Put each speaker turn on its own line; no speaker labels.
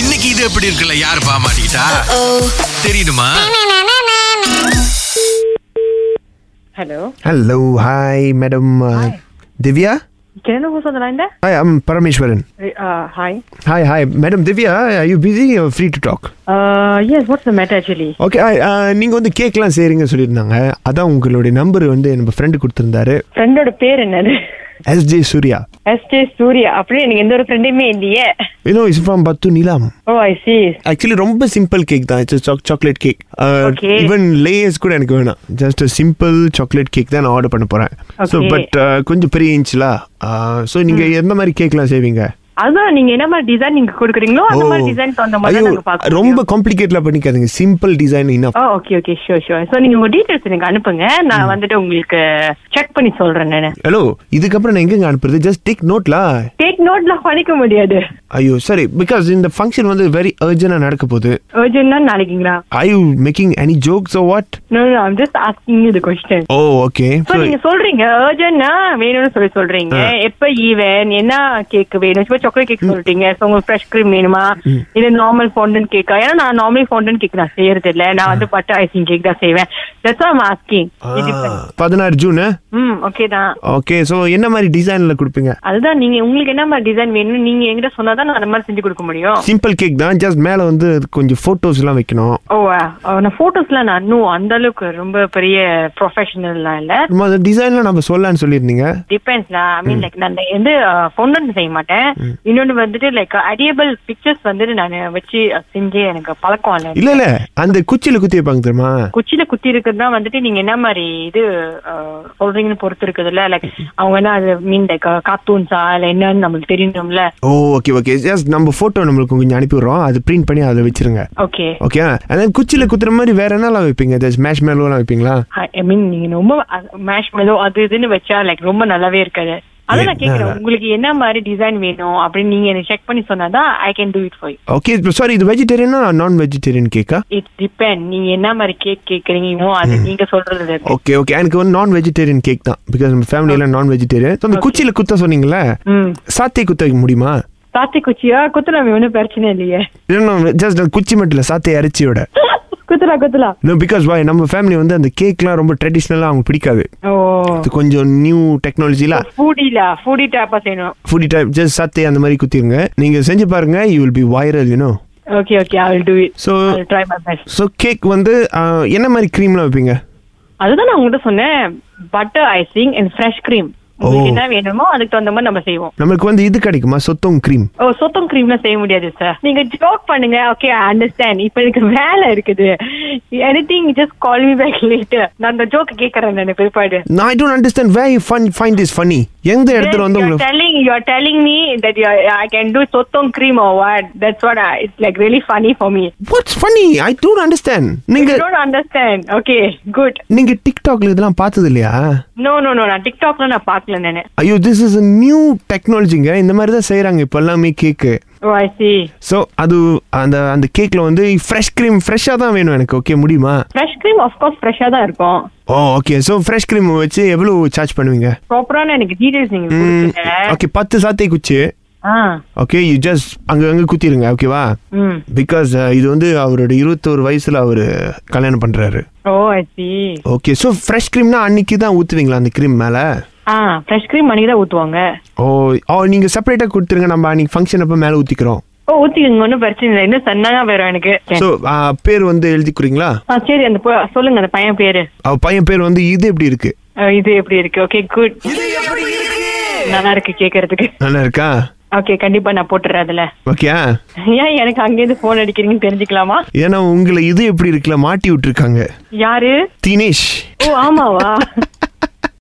இன்னைக்கு இது எப்படி இருக்குல்ல யாரு பாமாட்டா தெரியுமா
Hello. uh,
hello hi madam Divya
Can I know who's on the line there?
Hi I'm Parameswaran
Uh, hi.
Hi hi madam Divya I you busy free to talk
Uh, yes, what's the matter actually?
Okay நீங்கள் uh, வந்து கேக்லாம் செய்கிறீங்கன்னு சொல்லியிருந்தாங்க அதான் உங்களுடைய number வந்து நம்ம friend கொடுத்துருந்தாரு
ஃப்ரெண்டோட பேர் என்னது
எஸ்ஜே சூர்யா
எஸ்ஜே சூர்யா அப்படின்னு எனக்கு எந்த ஒரு ஃப்ரெண்டுமே இல்லையே
இன்னும் இஸ் ஃப்ரம் பத்து நீலாம்
ஓ ஐ சி
ஆக்சுவலி ரொம்ப சிம்பிள் கேக் தான் it's choc chocolate cake
Okay.
Even layers Uh, கூட எனக்கு வேணாம் ஜஸ்ட் சிம்பிள் சாக்லேட் கேக் தான் நான் ஆர்டர் பண்ண போகிறேன் ஸோ
Okay.
பட் uh, கொஞ்சம் பெரிய இன்ச்சிலா ஸோ நீங்கள் எந்த மாதிரி கேக்லாம் செய்வீங்க
அதான் நீங்க என்ன மாதிரி டிசைன் நீங்க கொடுக்குறீங்களோ அந்த மாதிரி டிசைன் தகுந்த மாதிரி
ஐயோ,
தான் நாங்க Oh, பாக்கோம்
ரொம்ப காம்ப்ளிகேட்லாம் பண்ணிக்காதீங்க சிம்பிள் டிசைன் இன்னும்
oh okay okay sure sure so நீங்க உங்க டீடைல்ஸ் எனக்கு அனுப்புங்க நான் வந்துட்டு உங்களுக்கு செக் பண்ணி சொல்றேன் நான்
ஹலோ இதுக்கப்புறம் நான் எங்கெங்க அனுப்புறது ஜஸ்ட் டேக் நோட்லா
டேக் நோட்ல பண்ணிக்க முடியாது
ஐயோ சரி பிகாஸ் இந்த ஃபங்க்ஷன் வந்து வெரி அர்ஜென்டா நடக்க போகுது
urgentனா நாளைக்குங்களா
I you making any jokes oh what
no no I'm just asking இது கொஸ்டின்
ஓ ஓகே
இப்போ நீங்க சொல்றீங்க அர்ஜென்ட்னா வேணும்னு சொல்லி சொல்றீங்க எப்ப ஈவன் என்ன கேக் வேணும் இப்போ சாக்லேட் கேக் சொல்றீங்க ஸோ உங்களுக்கு ஃப்ரெஷ் க்ரீம் வேணுமா இல்ல நார்மல் ஃபவுண்டன் கேக்கா ஏன்னா நான் நார்மலி ஃபவுண்டன் கேக் நான் செய்யறது இல்ல நான் வந்து பட்டர் ஐசிங் கேக் தான் செய்வேன் தட்ஸ் ஐம் ஆஸ்கிங்
பதினாறு ஜூன்
ம் ஓகே தான்
ஓகே ஸோ என்ன மாதிரி டிசைன்ல கொடுப்பீங்க
அதுதான் நீங்க உங்களுக்கு என்ன மாதிரி டிசைன் வேணும் நீங்க என்கிட்ட சொன்னாதான் நான் அந்த மாதிரி செஞ்சு கொடுக்க முடியும்
சிம்பிள் கேக் தான் ஜஸ்ட் மேல வந்து கொஞ்சம் போட்டோஸ் எல்லாம் வைக்கணும்
ஓ Oh, ஆ. ஓ, நான் போட்டோஸ்லாம் நான் இன்னும் அந்த அளவுக்கு ரொம்ப பெரிய ப்ரொஃபஷனல்லாம் இல்ல
நம்ம அந்த டிசைன்லாம் நம்ம சொல்லலாம்னு சொல்லியிருந்தீங்க
டிபெண்ட்ஸ் ஐ மீன் லைக் நான் வந்து பொண்ணுன்னு செய்ய மாட்டேன் இன்னொன்னு வந்துட்டு லைக் அடியபிள் பிக்சர்ஸ் வந்துட்டு நான் வச்சு அஹ், செஞ்சு எனக்கு பழக்கம் இல்லை
இல்ல இல்ல அந்த குச்சியில குத்தி வைப்பாங்க தெரியுமா
குச்சியில குத்தி இருக்குதுன்னா வந்துட்டு நீங்க என்ன மாதிரி இது அஹ், சொல்றீங்கன்னு பொறுத்து இருக்குதுல்ல லைக் அவங்க என்ன அது மீன் லைக் கார்ட்டூன்ஸா uh, இல்ல என்னன்னு நம்மளுக்கு தெரியணும்ல
ஓ ஓகே ஓகே ஜஸ்ட் நம்ம போட்டோ நம்மளுக்கு கொஞ்சம் அனுப்பிடுறோம் அது பிரிண்ட் பண்ணி அதில் வச்சிருங்க
ஓகே
ஓகே அண்ட் தென் குச்சியில் குத்துற மாதிரி வேற என்னலாம் வைப்பீங்க ஜஸ்ட் மேஷ் மேலோலாம் வைப்பீங்களா
ஐ மீன் நீங்க ரொம்ப மேஷ் மேலோ அது இதுன்னு வச்சா லைக் ரொம்ப நல்லாவே இருக்காது அதான் நான் கேக்குறேன் உங்களுக்கு என்ன மாதிரி டிசைன் வேணும் அப்படின்னு நீங்க எனக்கு செக் பண்ணி சொன்னாதான் I can do it for
okay sorry இது வெஜிடேரியனா நான் வெஜிடேரியன் கேக்கா
இட் டிபெண்ட் நீங்க என்ன மாதிரி கேக் கேக்குறீங்களோ அது நீங்க சொல்றது இருக்கு.
ஓகே ஓகே எனக்கு வந்து நான் வெஜிடேரியன் கேக் தான் பிகாஸ் நம்ம ஃபேமிலியில நான் வெஜிடேரியன் ஸோ அந்த குச்சியில் குத்த சொன்னீங்களே
ம்
சாத்தை குத்த வைக்க முடியுமா
சாத்தி குச்சியா குத்துலாம் ஒன்றும் பிரச்சனை இல்லையே
இல்லைன்னா ஜஸ்ட் அந்த குச்சி மட்டும் இல்லை சாத்தை அரைச்சியோட
குத்துலாம் குத்துலாம்
நோ பிகாஸ் வாய் நம்ம ஃபேமிலி வந்து அந்த கேக்லாம் ரொம்ப ட்ரெடிஷ்னலாக அவங்க பிடிக்காது
ஓ
இது கொஞ்சம் நியூ டெக்னாலஜில
ஃபூடில ஃபூடி டேப்பா செய்யணும்
ஃபுடி டைப் ஜஸ்ட் சாத்தை அந்த மாதிரி குத்திருங்க நீங்க செஞ்சு பாருங்க you will be viral you know
okay okay I will do it
So-
I try my best
so cake வந்து ஆ, என்ன மாதிரி க்ரீம்லாம் வைப்பீங்க
அதுதான் நான் உங்ககிட்ட சொன்னேன் butter icing and fresh cream உங்களுக்கு என்ன வேணுமோ அதுக்கு தகுந்த மாதிரி நம்ம செய்வோம்
நம்மளுக்கு வந்து இது கிடைக்குமா சொத்தம் க்ரீம்
ஓ சொத்தம் கிரீம்ல செய்ய முடியாது சார் நீங்க ஜோக் பண்ணுங்க ஓகே அண்டர்ஸ்டாண்ட் இப்போ எனக்கு வேலை இருக்குது anything just call me back later நான் அந்த ஜோக் கேக்குறேன் நான் பிற்பாடு
நான் I don't understand way you fun find is funny எந்த இடத்துல வந்து
you're
உங்களுக்கு
telling you're telling me that you are, I can do sotong cream or what? That's what I, it's like really funny for me.
What's funny I don't understand நீங்க
You don't understand. Okay, good.
நீங்க டிக்டாக்ல இதெல்லாம் பார்த்தது இல்லையா
No, no, no. நான் டிக்டாக்ல நான் பார்க்கல நானு.
ஐயோ திஸ் இஸ் நியூ டெக்னாலஜிங்க இந்த மாதிரி தான் செய்றாங்க இப்போ எல்லாமே cake
oh I see
so அது அந்த அந்த கேக்ல வந்து ஃப்ரெஷ் க்ரீம் ஃப்ரெஷ்ஷாக தான் வேணும் எனக்கு ஓகே முடியுமா Oh,
fresh cream of course ஃப்ரெஷ்ஷா தான் இருக்கும்.
Oh okay so fresh cream வச்சு எவ்வளோ சார்ஜ் பண்ணுவீங்க
ப்ராப்பரான எனக்கு டீடைல்ஸ் நீங்க கொடுத்துருங்க.
ஓகே பத்து சாத்தை குச்சி
ஆ.
ஓகே யூ ஜஸ்ட் அங்கங்க குத்திருங்க ஓகேவா
ம்.
பிகாஸ் uh, இது வந்து அவரோட இருபத்தோரு வயசுல அவரு கல்யாணம் பண்றாரு
oh I see.
Okay so fresh க்ரீம்னா அன்னைக்கு தான் ஊத்துவீங்களா அந்த க்ரீம் மேல
ஆ, ஃப்ரெஷ் க்ரீம் மணிக்கு தான் ஊத்துவாங்க.
ஓ ஓ நீங்க செப்பரேட்டா கொடுத்துருங்க நம்ம அன்னைக்கு ஃபங்க்ஷன் அப்போ மேல ஊத்திக்கிறோம்
ஓ ஊத்திக்கங்க ஒன்றும் பிரச்சனை இல்லை. இன்னும் சன்னாக வரும் எனக்கு.
ஸோ பேர் வந்து எழுதி கொடுறீங்களா
ஆ சரி அந்த பொ- சொல்லுங்க அந்த பையன் பேரு
அவ பையன் பேர் வந்து இது எப்படி இருக்கு
ஆ, இது எப்படி இருக்கு ஓகே குட் நல்லா இருக்கு கேக்குறதுக்கு
நல்லா இருக்கா
ஓகே கண்டிப்பா நான் போட்டுறேன் அதுல
ஓகே
ஏன் எனக்கு அங்கேருந்து போன் அடிக்கிறீங்கன்னு தெரிஞ்சுக்கலாமா
ஏன்னா உங்களை இது எப்படி இருக்குல்ல மாட்டி விட்டுருக்காங்க
யாரு
தினேஷ்
ஓ ஆமாவா